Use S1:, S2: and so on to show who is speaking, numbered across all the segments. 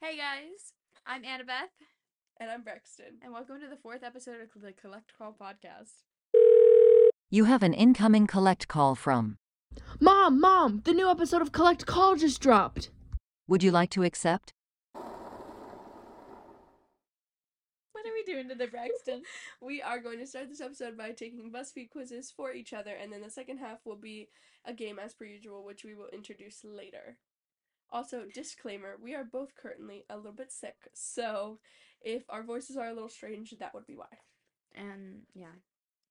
S1: Hey guys, I'm Annabeth,
S2: And I'm Brexton.
S1: and welcome to the fourth episode of the Collect Call podcast.
S3: You have an incoming collect call from.
S4: Mom, mom, the new episode of Collect Call just dropped.
S3: Would you like to accept?
S1: What are we doing to the Braxton?
S2: We are going to start this episode by taking BuzzFeed quizzes for each other, and then the second half will be a game as per usual, which we will introduce later. Also, disclaimer we are both currently a little bit sick, so if our voices are a little strange, that would be why.
S1: and yeah,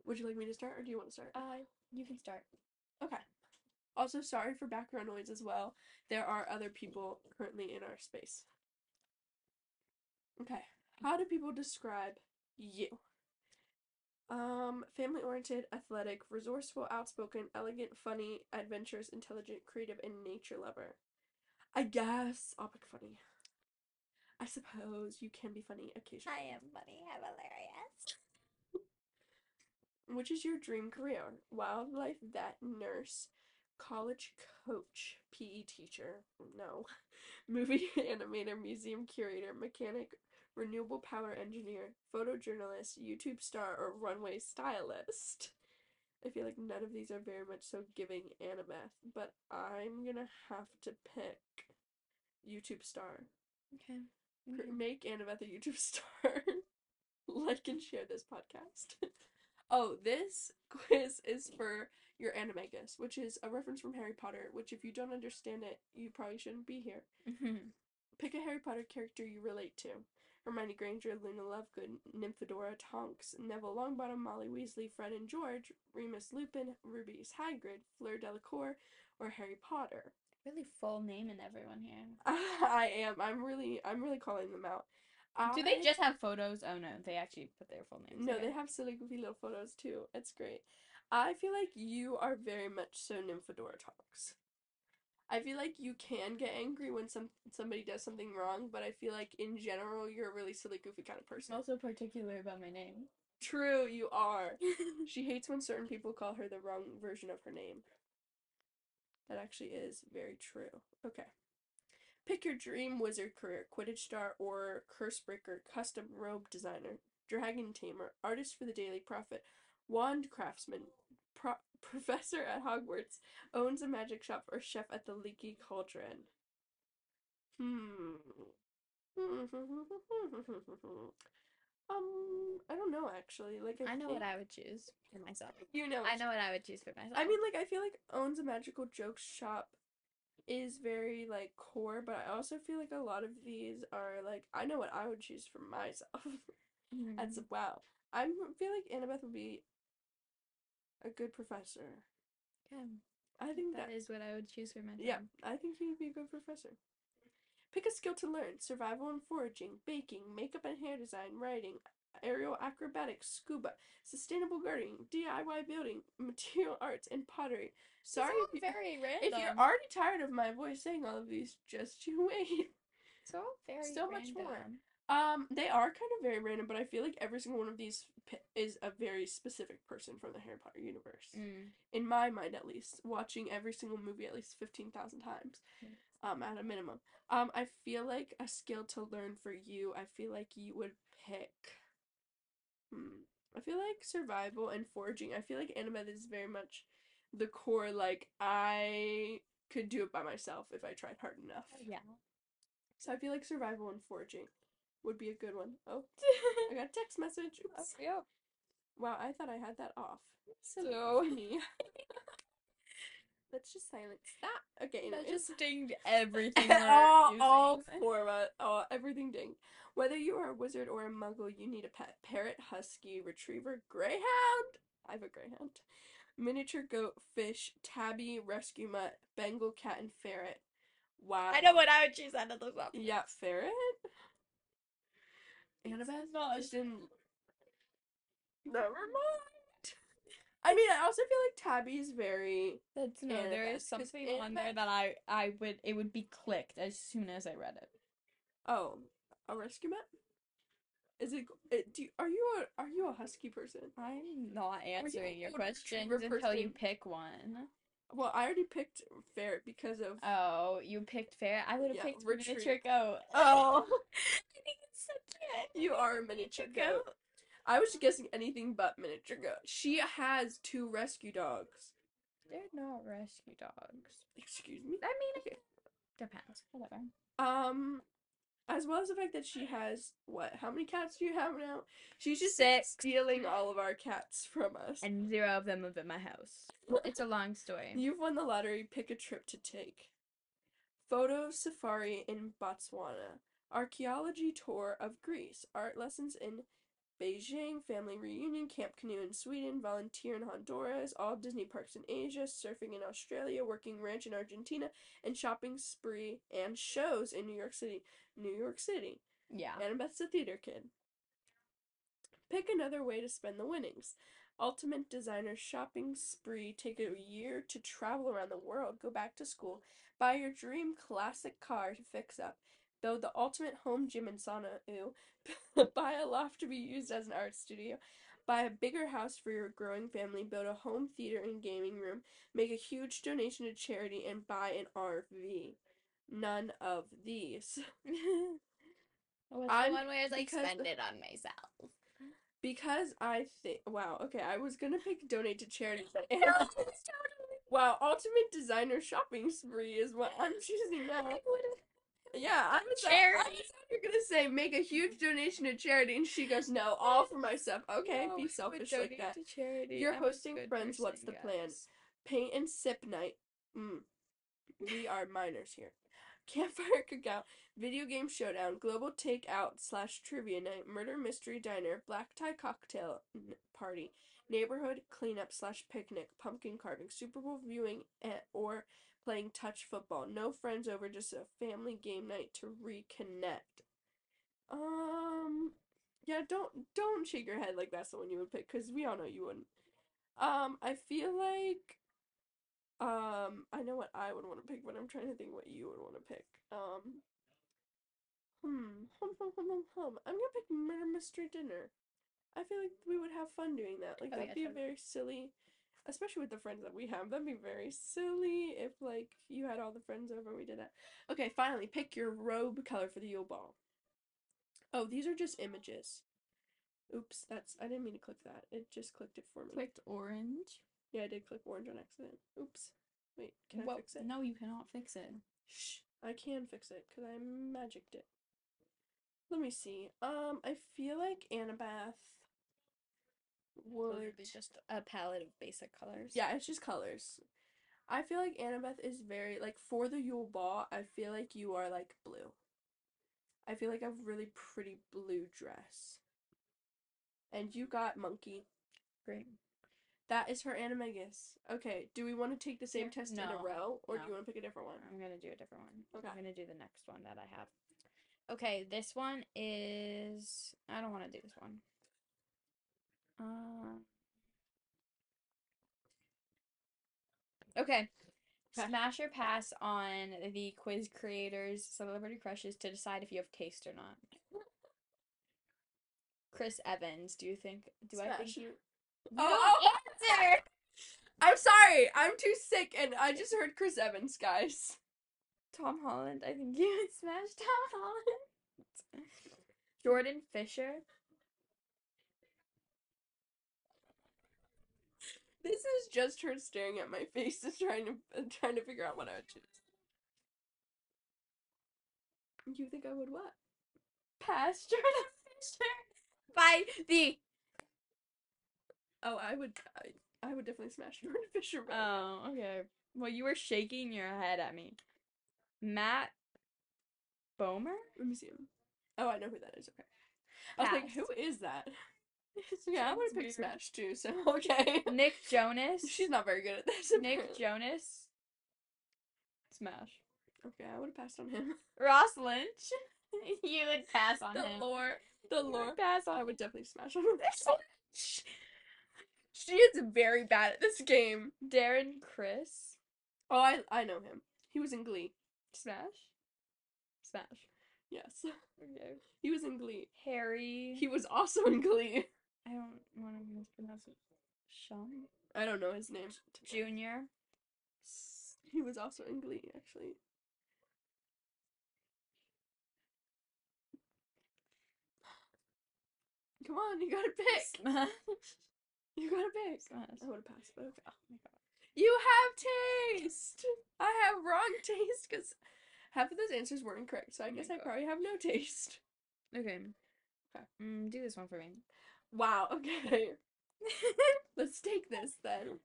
S2: Would you like me to start, or do you want to start?
S1: uh, you can start.
S2: Okay. Also, sorry for background noise as well. There are other people currently in our space. Okay. How do people describe you? Um, family oriented, athletic, resourceful, outspoken, elegant, funny, adventurous, intelligent, creative, and nature lover. I guess I'll pick funny. I suppose you can be funny occasionally.
S1: am funny. I'm hilarious.
S2: Which is your dream career? Wildlife vet, nurse, college coach, PE teacher, no, movie animator, museum curator, mechanic, renewable power engineer, photojournalist, YouTube star, or runway stylist. I feel like none of these are very much so giving Annabeth, but I'm gonna have to pick YouTube star.
S1: Okay.
S2: Cr-
S1: Mm-hmm.
S2: Make Annabeth a YouTube star. like and share this podcast. oh, this quiz is for your Animagus, which is a reference from Harry Potter, which if you don't understand it, you probably shouldn't be here.
S1: Mhm.
S2: Pick a Harry Potter character you relate to. Hermione Granger, Luna Lovegood, Nymphadora Tonks, Neville Longbottom, Molly Weasley, Fred and George, Remus Lupin, Ruby's Hagrid, Fleur Delacour, or Harry Potter.
S1: really full name in everyone here.
S2: I am. I'm really. I'm really calling them out.
S1: Do they
S2: I-
S1: just have photos? Oh no, they actually put their full names.
S2: No,
S1: okay.
S2: they have silly goofy little photos too. It's great. I feel like you are very much so Nymphadora talks. I feel like you can get angry when some somebody does something wrong, but I feel like in general you're a really silly goofy kind of person.
S1: I'm also particular about my name.
S2: True, you are. she hates when certain people call her the wrong version of her name. That actually is very true. Okay. Pick your dream wizard career, Quidditch star or curse breaker, custom robe designer, dragon tamer, artist for the Daily Prophet, wand craftsman, pro- professor at Hogwarts, owns a magic shop, or chef at the Leaky Cauldron. Hmm. Um, I don't know actually. Like
S1: I know what
S2: think-
S1: I would choose for myself.
S2: You know.
S1: I know what I would choose for myself.
S2: I mean, like I feel like owns a magical joke shop is very like core, but I also feel like a lot of these are like I know what I would choose for myself.
S1: Mhm.
S2: That's wow. I feel like Annabeth would be a good professor.
S1: Yeah,
S2: I think that,
S1: that is what I would choose for myself.
S2: yeah, I think you'd be a good professor. Pick a skill to learn: survival and foraging, baking, makeup and hair design, writing, aerial acrobatics, scuba, sustainable gardening, DIY building, material arts, and pottery. Sorry, if you-
S1: very random.
S2: If you're already tired of my voice saying all of these, just you wait.
S1: so very
S2: so much more.
S1: random.
S2: Um, they are kind of very random, but I feel like every single one of these p- is a very specific person from the Harry Potter universe.
S1: Mm.
S2: In my mind, at least, watching every single movie at least fifteen thousand times,
S1: Mm.
S2: um, at a minimum. Um, I feel like a skill to learn for you. I feel like you would pick. Hmm. I feel like survival and foraging. I feel like Annabeth is very much the core. Like I could do it by myself if I tried hard enough.
S1: Oh, Yeah.
S2: So I feel like survival and foraging would be a good one. Oh, I got a text message. Oops.
S1: yeah.
S2: Wow, I thought I had that off. Silly
S1: So-
S2: me. Let's just silence that. Okay,
S1: That
S2: anyways.
S1: just dinged everything.
S2: all, all four of us, all, everything ding. Whether you are a wizard or a muggle, you need a pet. Parrot, husky, retriever, greyhound. I have a greyhound. Miniature goat, fish, tabby, rescue mutt, Bengal cat, and ferret. Wow.
S1: I know what I would choose out of those options.
S2: Yeah, ferret. Annabeth
S1: not-
S2: just didn't. Never mind. I mean, I also feel like Tabby's very.
S1: That's no. there is
S2: Annabeth, 'cause
S1: something on there
S2: Annabeth-
S1: that I I would it would be clicked as soon as I read it.
S2: Oh, a rescue mat. Is it? it do you, are you a are you a husky person?
S1: I'm not
S2: you
S1: answering your
S2: a golden
S1: questions
S2: retriever
S1: until you
S2: person?
S1: pick one.
S2: Well, I already picked ferret because of
S1: Oh, you picked fair. I would have
S2: Yeah,
S1: picked
S2: retreat.
S1: miniature goat. Oh, I think it's so cute.
S2: you are a miniature goat. I was just guessing anything but miniature goat. She has two rescue dogs.
S1: They're not rescue dogs.
S2: Excuse me.
S1: I mean,
S2: Okay.
S1: depends. Whatever.
S2: Um, as well as the fact that she has what? How many cats do you have now? She's just
S1: Six.
S2: stealing all of our cats from us.
S1: And zero of them live at my house. It's a long story.
S2: You've won the lottery. Pick a trip to take. Photo safari in Botswana. Archaeology tour of Greece. Art lessons in Beijing. Family reunion. Camp canoe in Sweden. Volunteer in Honduras. All Disney parks in Asia. Surfing in Australia. Working ranch in Argentina. And shopping spree and shows in New York City. New York City.
S1: Yeah.
S2: Annabeth's a theater kid. Pick another way to spend the winnings. Ultimate designer shopping spree. Take a year to travel around the world. Go back to school. Buy your dream classic car to fix up. Build the ultimate home gym and sauna. Ooh. Buy a loft to be used as an art studio. Buy a bigger house for your growing family. Build a home theater and gaming room. Make a huge donation to charity and buy an RV. None of these.
S1: What's
S2: I'm-
S1: the one where it's like
S2: because-
S1: spend it on myself?
S2: Because I think, wow, okay, I was gonna pick donate to charity, but
S1: No,
S2: wow, ultimate designer shopping spree is what I'm choosing now. Yeah, I was I
S1: Charity.
S2: was- you're gonna say make a huge donation to charity, and she goes, no, all for myself. Okay,
S1: No, I
S2: be
S1: would
S2: selfish like
S1: donate
S2: that.
S1: to charity.
S2: You're
S1: I'm a
S2: hosting
S1: good
S2: Friends, what's
S1: person,
S2: the plan?
S1: guys.
S2: Paint and sip night. Mm. We are minors here. Campfire cookout, video game showdown, global takeout slash trivia night, murder mystery diner, black tie cocktail n- party, neighborhood cleanup slash picnic, pumpkin carving, Super Bowl viewing, eh, or playing touch football. No friends over, just a family game night to reconnect. Um, yeah, don't don't shake your head like that's the one you would pick because we all know you wouldn't. Um, I feel like um I know what I would want to pick, but I'm trying to think what you would want to pick. Um Hmm, hum, hum, hum, hum, hum. I'm gonna pick murder mystery dinner. I feel like we would have fun doing that. Like
S1: Oh,
S2: that'd
S1: yeah,
S2: be a
S1: totally.
S2: very silly, especially with the friends that we have. That'd be very silly if like you had all the friends over and we did that. Okay, finally, pick your robe color for the Yule Ball. Oh, these are just images. Oops, that's I didn't mean to click that. It just clicked it for me.
S1: Clicked orange.
S2: Yeah, I did click orange on accident. Oops. Wait, can
S1: Well,
S2: I fix it?
S1: No, you cannot fix it.
S2: Shh, I can fix it because I magicked it. Let me see. Um, I feel like Annabeth would.
S1: Literally just a palette of basic colors.
S2: Yeah, it's just colors. I feel like Annabeth is very like for the Yule Ball. I feel like you are like blue. I feel like a really pretty blue dress. And you got monkey.
S1: Great.
S2: That is her animagus. Okay, do we want to take the same
S1: Yeah.
S2: test in a
S1: No.
S2: row, or do
S1: No. Um,
S2: you want to pick a different one?
S1: I'm gonna do a different one.
S2: Okay.
S1: I'm gonna do the next one that I have. Okay, this one is I don't wanna do this one. Uh... Okay.
S2: Okay.
S1: Smash or pass on the quiz creators celebrity crushes to decide if you have taste or not. Chris Evans, do you think do I think
S2: Smash.
S1: you, you
S2: Oh!
S1: don't answer?
S2: I'm sorry, I'm too sick, and I just heard Chris Evans, guys.
S1: Tom Holland. I think you would smash Tom Holland. Jordan Fisher.
S2: This is just her staring at my face and trying to and trying to figure out what I would choose. You think I would what?
S1: Pass Jordan Fisher by the.
S2: Oh, I would. I, I would definitely smash Jordan Fisher. right now.
S1: Oh, okay. Well, you were shaking your head at me. Matt Bomer?
S2: Let me see him. Oh, I know who that is. Okay. I was like,
S1: Pass.
S2: who is that? yeah, I would
S1: sounds
S2: pick
S1: weird.
S2: Smash too. So okay.
S1: Nick Jonas?
S2: She's not very good at this.
S1: Nick
S2: apparently.
S1: Jonas? Smash.
S2: okay, I would have passed on him.
S1: Ross Lynch? you would pass on
S2: the
S1: him.
S2: lore. The
S1: You would
S2: lore.
S1: pass on
S2: I would definitely smash on him.
S1: Sh-
S2: She is very bad at this game.
S1: Darren Chris?
S2: Oh, I I know him. He was in Glee.
S1: Smash? Smash.
S2: Yes.
S1: Okay.
S2: He was in Glee.
S1: Harry.
S2: He was also in Glee.
S1: I don't want to mispronounce it. Sean
S2: I don't know his name.
S1: Junior.
S2: He was also in Glee, actually. Come on, you gotta pick.
S1: Smash.
S2: You gotta pick.
S1: Smash.
S2: I would have passed, but okay.
S1: Oh my god.
S2: You have taste. I have wrong taste because half of those answers were incorrect. So I
S1: Oh my
S2: guess I
S1: God.
S2: probably have no taste.
S1: Okay. Mm, do this one for me.
S2: Wow. Okay. Let's take this then.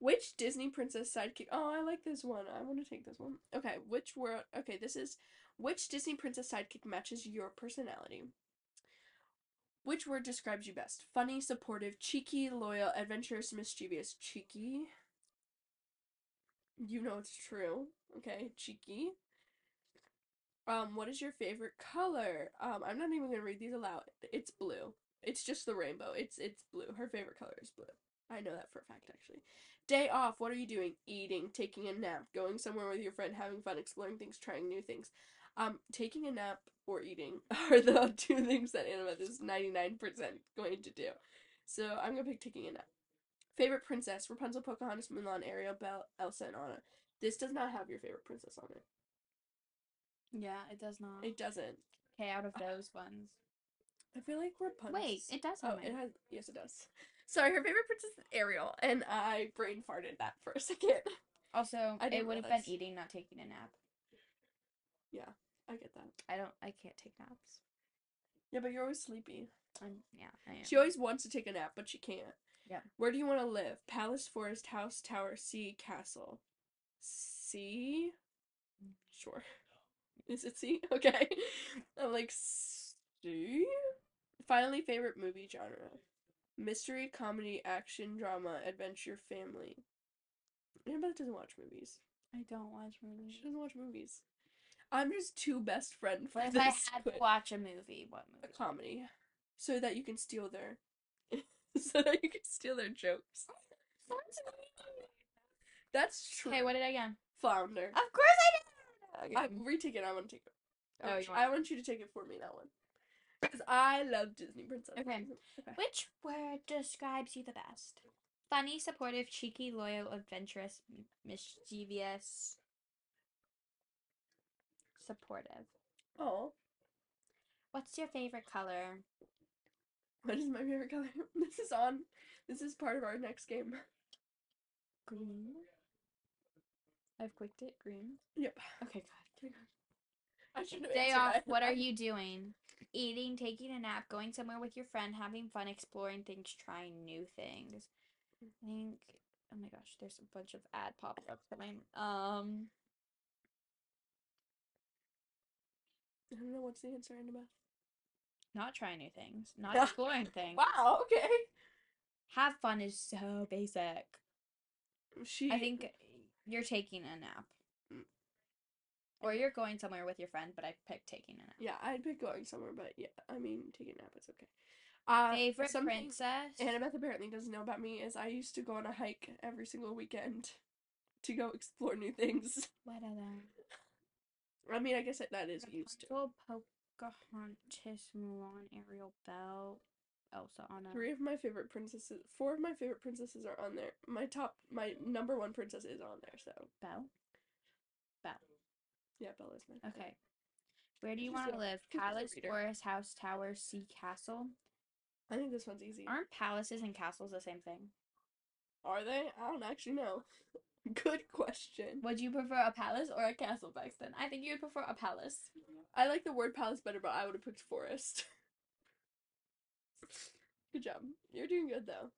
S2: Which Disney princess sidekick? Oh, I like this one. I want to take this one. Okay, which world? Okay, this is which Disney princess sidekick matches your personality? Which word describes you best? Funny, supportive, cheeky, loyal, adventurous, mischievous. Cheeky. You know it's true. Okay, cheeky. Um, what is your favorite color? Um, I'm not even gonna read these aloud. It's blue. It's just the rainbow. It's it's blue. Her favorite color is blue. I know that for a fact, actually. Day off. What are you doing? Eating, taking a nap, going somewhere with your friend, having fun, exploring things, trying new things. Um, taking a nap or eating are the two things that Annabeth is ninety nine percent going to do. So I'm gonna pick taking a nap. Favorite princess: Rapunzel, Pocahontas, Mulan, Ariel, Belle, Elsa, and Anna. This does not have your favorite princess on it.
S1: Yeah, it does not.
S2: It doesn't.
S1: Okay, out of those ones.
S2: I feel like Rapunzel.
S1: Wait, it does have
S2: Oh,
S1: mine.
S2: it has. Yes, it does. Sorry, her favorite princess is Ariel, and I brain farted that for a second.
S1: Also,
S2: I
S1: it
S2: didn't
S1: would have been
S2: realize.
S1: eating, not taking a nap.
S2: I get that.
S1: I don't. I can't take naps.
S2: Yeah, but you're always sleepy.
S1: I'm, yeah, I am.
S2: She always wants to take a nap, but she can't.
S1: Yeah.
S2: Where do you want to live? Palace, forest, house, tower, sea, castle. Sea? Sure. Is it sea? Okay. I'm like, sea? Finally, favorite movie genre mystery, comedy, action, drama, adventure, family. Annabeth doesn't watch movies.
S1: I don't watch
S2: She
S1: movies.
S2: doesn't watch movies. I'm just too best friend for
S1: But if
S2: this
S1: I had to
S2: quiz.
S1: watch a movie, what
S2: a
S1: movie?
S2: comedy, so that you can steal their, so that you can steal their jokes. That's true.
S1: Okay, what did I get?
S2: flounder?
S1: Of course I did.
S2: I retake it. I want to take it. I
S1: Oh,
S2: want
S1: you
S2: you-
S1: want
S2: I
S1: it.
S2: want you to take it for me that one, because I love Disney princess.
S1: Okay. Which word describes you the best? Funny, supportive, cheeky, loyal, adventurous, m- mischievous, supportive.
S2: Oh,
S1: What's your favorite color?
S2: what is my favorite color? This is on. This is part of our next game.
S1: Green. I've clicked it. Green.
S2: Yep.
S1: Okay, God.
S2: I should have
S1: Day
S2: answered
S1: off.
S2: that.
S1: What are you doing? Eating, taking a nap, going somewhere with your friend, having fun, exploring things, trying new things. I think. Oh my gosh, there's a bunch of ad pop ups coming. Um.
S2: I don't know what's the answer, Annabeth.
S1: not trying new things, not exploring things.
S2: Wow. Okay.
S1: Have fun is so basic.
S2: She.
S1: I think you're taking a nap.
S2: Mm.
S1: Or you're going somewhere with your friend, but I picked taking a nap.
S2: Yeah, I'd pick going somewhere, but yeah, I mean, taking a nap is okay. Uh,
S1: Favorite
S2: something
S1: princess?
S2: Annabeth apparently doesn't know about me is I used to go on a hike every single weekend to go explore new things.
S1: What other?
S2: I mean, I guess that, that is used to.
S1: Rapunzel, Pocahontas, Mulan, Ariel, Belle, Elsa, Anna.
S2: Three of my favorite princesses, four of my favorite princesses are on there. My top, my number one princess is on there, so
S1: Belle?
S2: yeah, Bella's my favorite.
S1: Okay. Where do you
S2: She's
S1: want
S2: a-
S1: to live?
S2: she's a
S1: Palace,
S2: reader.
S1: forest, house, tower, sea, castle.
S2: I think this one's easy.
S1: Aren't palaces and castles the same thing?
S2: Are they? I don't actually know. Good question.
S1: Would you prefer a palace or a castle, Paxton? I think you would prefer a palace.
S2: I like the word palace better, but I would have picked forest. good job. You're doing good though.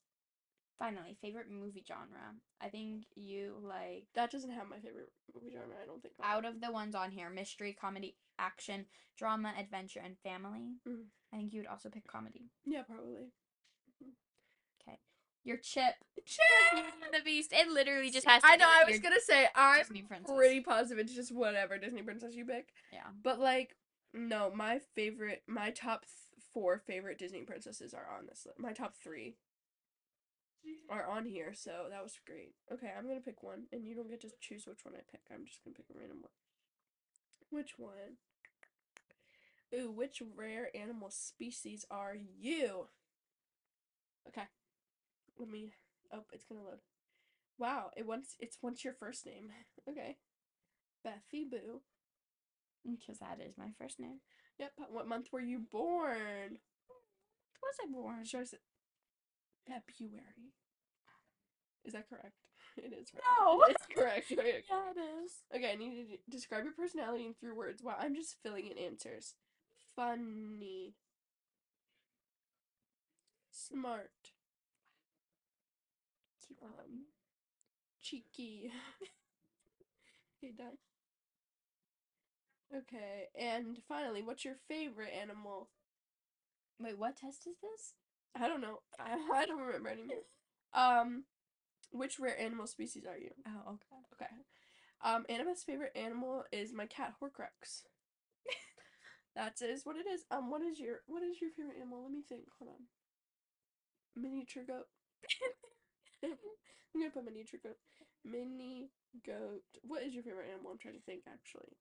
S1: Finally, favorite movie genre. I think you like
S2: That doesn't have my favorite movie genre. I don't think. on
S1: out
S2: there.
S1: of the ones on here: mystery, comedy, action, drama, adventure, and family.
S2: Mm.
S1: I think you would also pick comedy.
S2: Yeah, probably.
S1: Okay, your Chip,
S2: Chip.
S1: Beauty and the Beast. It literally just has. To
S2: I
S1: be
S2: know. I
S1: your
S2: was gonna say I'm
S1: Disney princess.
S2: pretty positive it's just whatever Disney princess you pick.
S1: Yeah.
S2: But like, no, my favorite, my top th- four favorite Disney princesses are on this list. My top three are on here, so that was great. Okay, I'm gonna pick one, and you don't get to choose which one I pick. I'm just gonna pick a random one. Which one? Ooh, which rare animal species are you? Okay. Let me. Oh, it's gonna load. Wow, it once it's once your first name. Okay. Bethany Boo.
S1: Because that is my first name.
S2: Yep. What month were you born?
S1: Was I born?
S2: Should I say February? Is that correct? It is. right.
S1: No.
S2: It's correct. right, okay.
S1: yeah, it is.
S2: Okay, I need you to d- describe your personality in three words. Wow, I'm just filling in answers. Funny. Smart. Um, cheeky. okay, done. Okay, and finally, what's your favorite animal?
S1: Wait, what test is this?
S2: I don't know. I, I don't remember anymore. Um, which rare animal species are you?
S1: Oh, okay.
S2: Okay. Um, Anima's favorite animal is my cat Horcrux. that is what it is. Um, what is your what is your favorite animal? Let me think. Hold on. Miniature goat. I'm gonna put miniature goat. Mini goat. What is your favorite animal? I'm trying to think actually.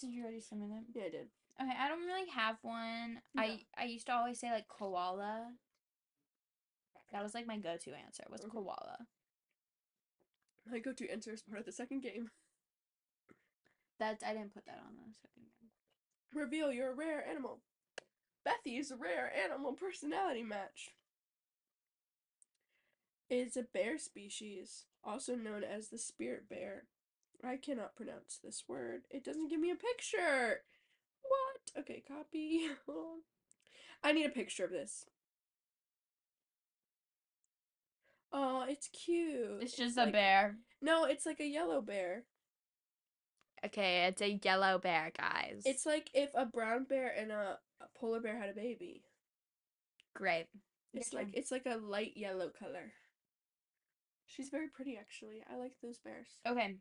S1: Did you already summon them?
S2: Yeah, I did.
S1: Okay, I don't really have one. I
S2: No.
S1: I used to always say like koala. That was like my go-to answer was
S2: Mhm.
S1: koala.
S2: My go-to answer is part of the second game.
S1: That I didn't put that on the second one.
S2: Reveal your rare animal. Bethy's rare animal personality match is a bear species, also known as the spirit bear. I cannot pronounce this word. It doesn't give me a picture. What? Okay, copy. Hold on. I need a picture of this. Oh, it's cute.
S1: It's just a
S2: like-
S1: bear.
S2: No, it's like a yellow bear.
S1: Okay, it's a yellow bear, guys.
S2: It's like if a brown bear and a a polar bear had a baby.
S1: great.
S2: It's
S1: Gotcha.
S2: like it's like a light yellow color. She's very pretty actually. I like those bears.
S1: Okay,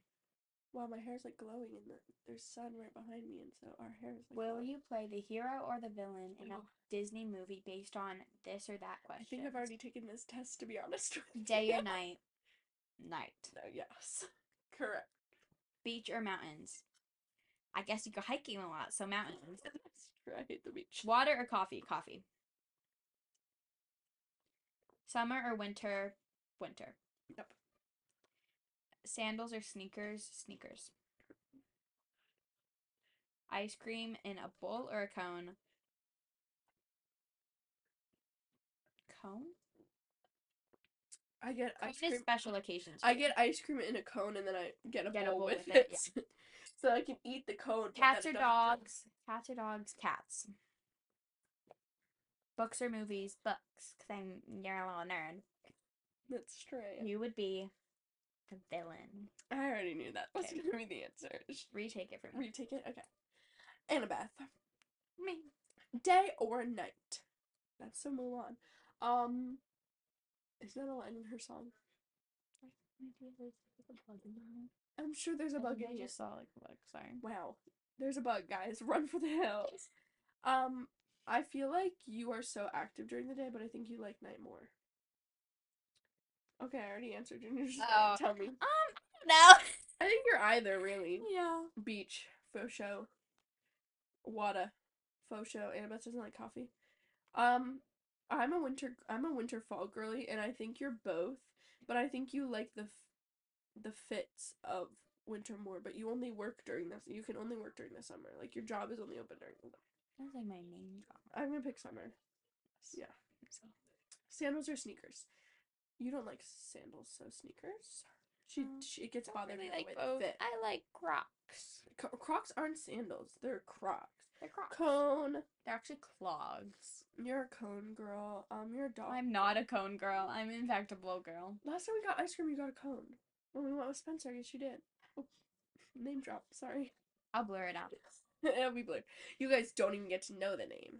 S2: Wow, my hair's like glowing and the, there's sun right behind me and so our hair is like
S1: will
S2: glowing.
S1: you play the hero or the villain in a
S2: Oh,
S1: Disney movie based on this or that
S2: I
S1: question?
S2: think I've already taken this test to be honest. with
S1: day
S2: you.
S1: or night, night,
S2: No, yes. Correct.
S1: beach or mountains. I guess you go hiking a lot, so mountains.
S2: That's true. I hate the beach.
S1: Water or coffee? Coffee. Summer or winter? Winter.
S2: Yep.
S1: Sandals or sneakers? Sneakers. Ice cream in a bowl or a cone? Cone?
S2: I get
S1: Cone
S2: ice
S1: is
S2: cream.
S1: special occasions.
S2: I
S1: food.
S2: get ice cream in a cone and then I get a, bowl, with, it.
S1: yeah.
S2: so I can eat the cone. but
S1: Cats or
S2: then I don't-
S1: dogs? Cats or dogs? Cats. Books or movies? Books. Because I'm you're a little nerd.
S2: That's true. I am.
S1: You would be the villain.
S2: I already knew that was
S1: Okay.
S2: gonna be the answer. Just
S1: Retake it from me.
S2: Retake it? Okay. Annabeth.
S1: Me.
S2: Day or night? That's so Mulan. Um is that a line in her song? I'm sure there's a
S1: I
S2: bug
S1: think I
S2: in it.
S1: just saw like a bug. Sorry.
S2: Wow. There's a bug, guys. Run for the hills. Um, I feel like you are so active during the day, but I think you like night more. Okay, I already answered and you're just
S1: Oh.
S2: tell me.
S1: Um. No.
S2: I think you're either really.
S1: yeah.
S2: beach faux show wada faux show annabeth doesn't like coffee um i'm a winter i'm a winter fall girly and i think you're both but i think you like the f- the fits of winter more but you only work during this you can only work during the summer like your job is only open during the summer
S1: Sounds like my name drop.
S2: i'm gonna pick summer yeah
S1: So-
S2: sandals or sneakers you don't like sandals so sneakers she,
S1: Um,
S2: she it gets
S1: I
S2: bothered
S1: really
S2: now
S1: like
S2: with
S1: both.
S2: fit.
S1: I like Crocs.
S2: Co- crocs aren't sandals they're crocs
S1: They're Crocs.
S2: cone
S1: They're actually clogs.
S2: You're a cone girl. Um, you're a dog.
S1: I'm not a cone girl. I'm in fact a blow girl.
S2: Last time we got ice cream, you got a cone. When we went with Spencer, yes, you did. Oh, name drop. Sorry,
S1: I'll blur it out.
S2: it'll be blurred. You guys don't even get to know the name.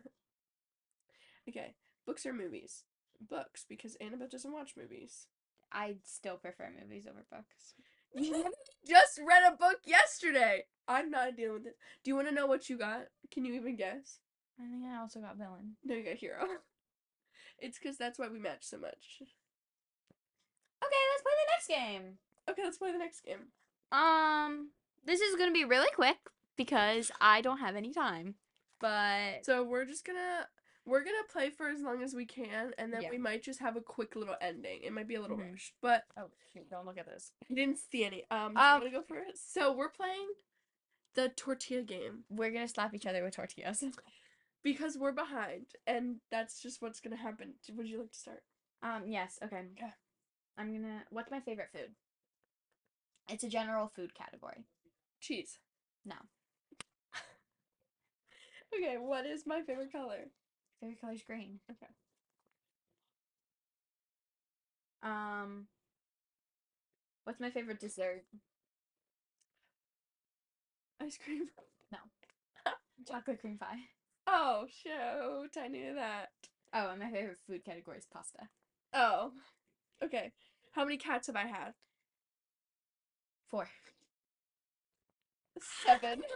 S2: Okay, books or movies? Books, because Annabeth doesn't watch movies.
S1: I still prefer movies over books.
S2: You just read a book yesterday. I'm not dealing with it. Do you want to know what you got? Can you even guess?
S1: I think I also got villain.
S2: No, you got hero. It's because that's why we match so much.
S1: Okay, let's play the next game.
S2: Okay, let's play the next game.
S1: Um, this is gonna be really quick because I don't have any time. But
S2: So we're just gonna We're gonna play for as long as we can, and then
S1: Yeah.
S2: we might just have a quick little ending. It might be a little
S1: Mhm.
S2: rushed, but
S1: Oh shoot! Don't look at this.
S2: you didn't see any. Um, do you
S1: Um,
S2: wanna go for it? So we're playing the tortilla game
S1: We're gonna slap each other with tortillas.
S2: because we're behind, and that's just what's gonna happen. D- Would you like to start?
S1: Um. Yes. Okay.
S2: Okay.
S1: I'm gonna. What's my favorite food? It's a general food category.
S2: Cheese.
S1: No.
S2: Okay. What is my favorite color?
S1: Favorite color is green.
S2: Okay.
S1: Um. What's my favorite dessert?
S2: Ice cream.
S1: Chocolate cream pie.
S2: Oh shoot! I knew that.
S1: Oh, and my favorite food category is pasta.
S2: Oh. Okay. How many cats have I had?
S1: Four.
S2: Seven.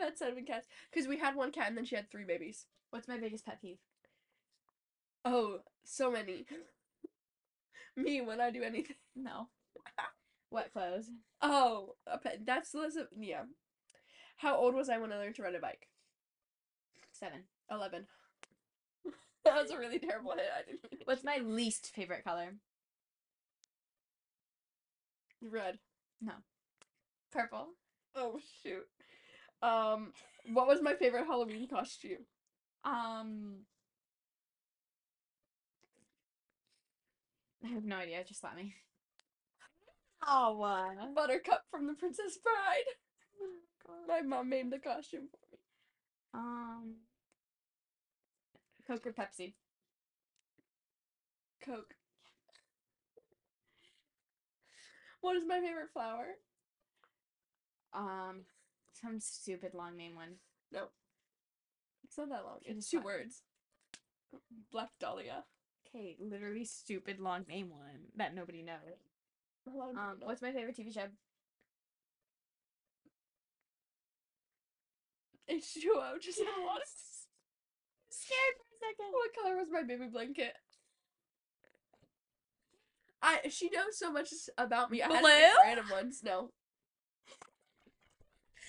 S2: That's seven cats. Because we had one cat and then she had three babies.
S1: What's my biggest pet peeve?
S2: Oh, so many. Me when I do anything.
S1: No. Wet clothes.
S2: Oh, a pet. That's the list of yeah. How old was I when I learned to ride a bike?
S1: Seven.
S2: Eleven. that was a really terrible hit. I didn't. mean it.
S1: What's my least favorite color?
S2: Red.
S1: Purple.
S2: Oh shoot. Um, what was my favorite Halloween costume?
S1: Um. I have no idea. Just let me. Oh, uh,
S2: Buttercup from The Princess Bride. My mom named the costume for me.
S1: um, Coke or Pepsi?
S2: Coke. What is my favorite flower?
S1: Um, some stupid long name one.
S2: No. It's not that long.
S1: It
S2: It's
S1: is
S2: two
S1: not.
S2: words. Black Dahlia.
S1: Okay, literally stupid long name one that nobody knows.
S2: A lot of
S1: Um,
S2: people-
S1: what's my favorite TV show?
S2: H2O just had a lot of
S1: Scared for a second.
S2: What color was my baby blanket? I she knows so much s- about me. I had to pick
S1: Blue?
S2: random ones. No.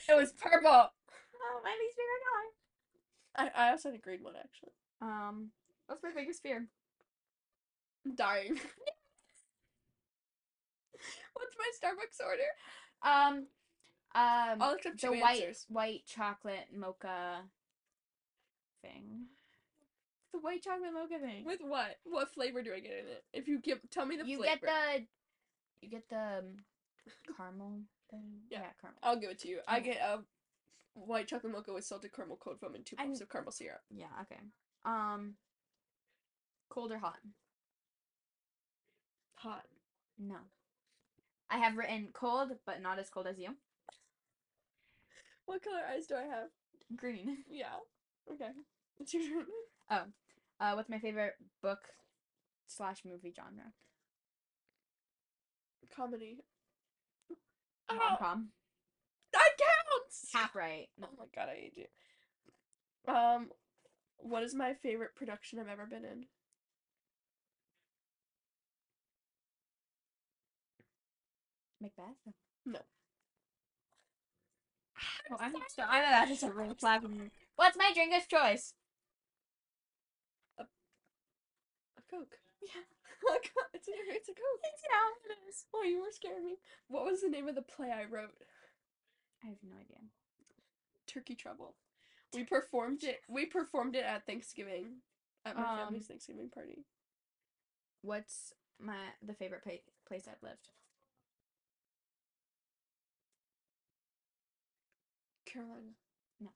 S1: It was purple. Oh, my least favorite
S2: I, I also had a green one actually.
S1: color. Um, what's my biggest fear?
S2: I'm dying. What's my Starbucks order?
S1: Um, um,
S2: I'll accept
S1: the
S2: two
S1: white
S2: answers.
S1: white chocolate mocha thing. The white chocolate mocha thing.
S2: With what? What flavor do I get in it? If you give, tell me the
S1: you
S2: flavor.
S1: get the you get the um, caramel thing.
S2: Yeah. Oh.
S1: caramel.
S2: I'll give it to you. I
S1: Okay.
S2: get a white chocolate mocha with salted caramel cold foam and two
S1: I'm-
S2: pumps of caramel syrup.
S1: Yeah, okay. Um cold or hot?
S2: Hot.
S1: No. I have written cold, but not as cold as you.
S2: What color eyes do I have?
S1: Green.
S2: Yeah. Okay. It's your turn.
S1: Uh what's my favorite book slash movie genre?
S2: Comedy.
S1: Rom
S2: Oh,
S1: com.
S2: that counts.
S1: Half right.
S2: Oh
S1: No.
S2: my god, I hate you. Um, what is my favorite production I've ever been in?
S1: Macbeth?
S2: No.
S1: Oh, I'm, so, I'm about to start really slapping you. What's my drink of choice?
S2: A Coke.
S1: Yeah.
S2: Oh god, it's a, it's a Coke.
S1: yeah, it is.
S2: Oh, you were scaring me. What was the name of the play I wrote?
S1: I have no idea.
S2: Turkey Trouble. We performed it. We performed it at Thanksgiving, at my family's
S1: Um,
S2: Thanksgiving party.
S1: What's my the favorite pa- place I've lived?
S2: Carolina.
S1: No.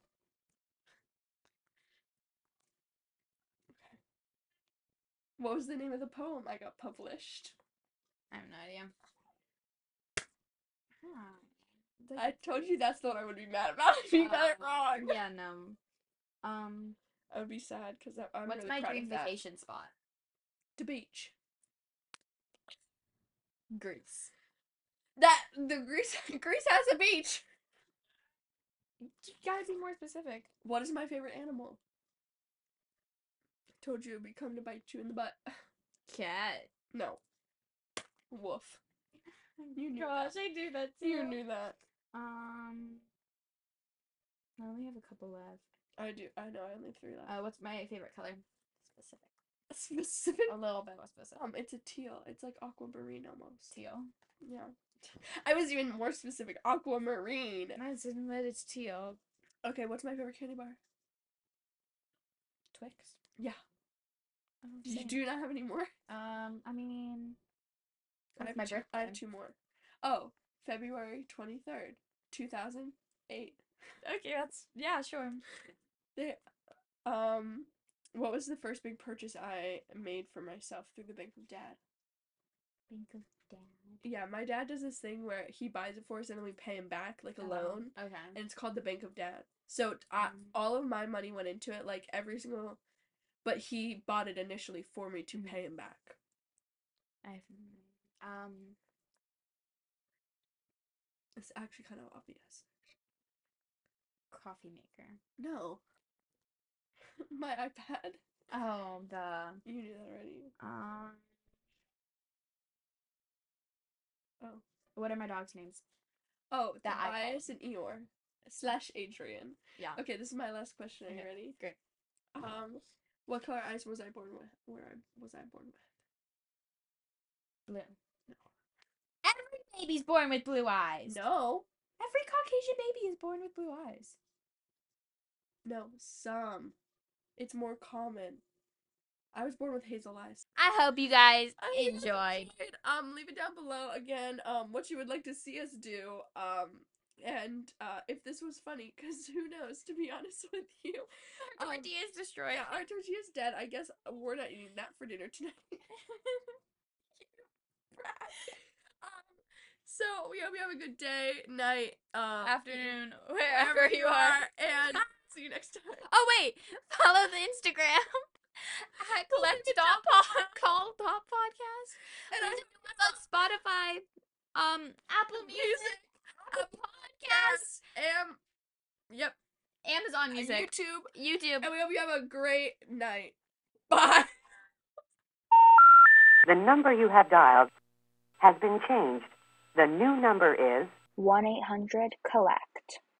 S2: Okay. What was the name of the poem I got published?
S1: I have no idea. Ah,
S2: I told you that's the one I would be mad about if you got it
S1: Uh,
S2: wrong.
S1: yeah, no. Um,
S2: I would be sad because I'm
S1: what's
S2: really
S1: my
S2: proud
S1: dream
S2: of that.
S1: vacation spot?
S2: The beach.
S1: Greece.
S2: That the Greece Greece has a beach.
S1: You gotta be more specific.
S2: What is my favorite animal? Told you it'd be come to bite you in the butt.
S1: Cat.
S2: No. Woof. You knew
S1: Gosh,
S2: that.
S1: I do that too.
S2: You knew that.
S1: Um, I only have a couple left.
S2: I do. I know. I only have three left.
S1: Uh, what's my favorite color? Specific.
S2: Specific.
S1: A little bit more specific.
S2: Um, it's a teal. It's like aquamarine almost.
S1: Teal.
S2: Yeah. I was even more specific. Aquamarine.
S1: Nice, admit it's teal.
S2: Okay, what's my favorite candy bar?
S1: Twix.
S2: Yeah.
S1: Oh,
S2: You
S1: same.
S2: do not have any more?
S1: Um, I mean,
S2: I
S1: that's
S2: have
S1: my
S2: two, I have
S1: birthday.
S2: two more. Oh, February 23rd, 2008.
S1: okay, that's yeah, sure.
S2: They, um, what was the first big purchase I made for myself through the Bank of Dad?
S1: Think of dad.
S2: Yeah, my dad does this thing where he buys it for us and then we pay him back, like a
S1: Uh-huh.
S2: loan.
S1: Okay.
S2: and it's called the Bank of Dad. So t- I,
S1: Mm.
S2: all of my money went into it, like every single. But he bought it initially for me to
S1: Mhm.
S2: pay him back.
S1: I have, um,
S2: It's actually kind of obvious.
S1: coffee maker.
S2: No. my iPad.
S1: Oh, the
S2: You knew that already.
S1: um.
S2: Oh.
S1: What are my dog's names?
S2: Oh,
S1: The iPod.
S2: Tobias and Eeyore slash Adrian.
S1: Yeah.
S2: Okay, this is my last question. Are you
S1: Okay,
S2: ready?
S1: great.
S2: Um, what color eyes was I born with? Where I was I born with?
S1: Blue. Every baby's born with blue eyes.
S2: No,
S1: Every Caucasian baby is born with blue eyes.
S2: no, some. It's more common. I was born with hazel eyes.
S1: I hope you guys
S2: I hope you guys
S1: enjoyed.
S2: enjoyed. Um, leave it down below again. Um, what you would like to see us do. Um, and uh, if this was funny, because who knows? To be honest with you,
S1: Our
S2: Um,
S1: tortilla is destroyed.
S2: yeah, our tortilla's dead. I guess uh, we're not eating that for dinner tonight. um, so we hope you have a good day, night, uh,
S1: Afternoon,
S2: wherever you are, and
S1: Bye.
S2: see you next time.
S1: Oh wait, follow the Instagram at collect dot pod call dot podcast.
S2: And
S1: Listen to us on Spotify, um, Apple Music, Apple Podcasts,
S2: I am, yep,
S1: Amazon
S2: and
S1: Music,
S2: YouTube,
S1: YouTube.
S2: and we hope you have a great night. Bye.
S5: The number you have dialed has been changed. The new number is
S6: 1 800 Collect.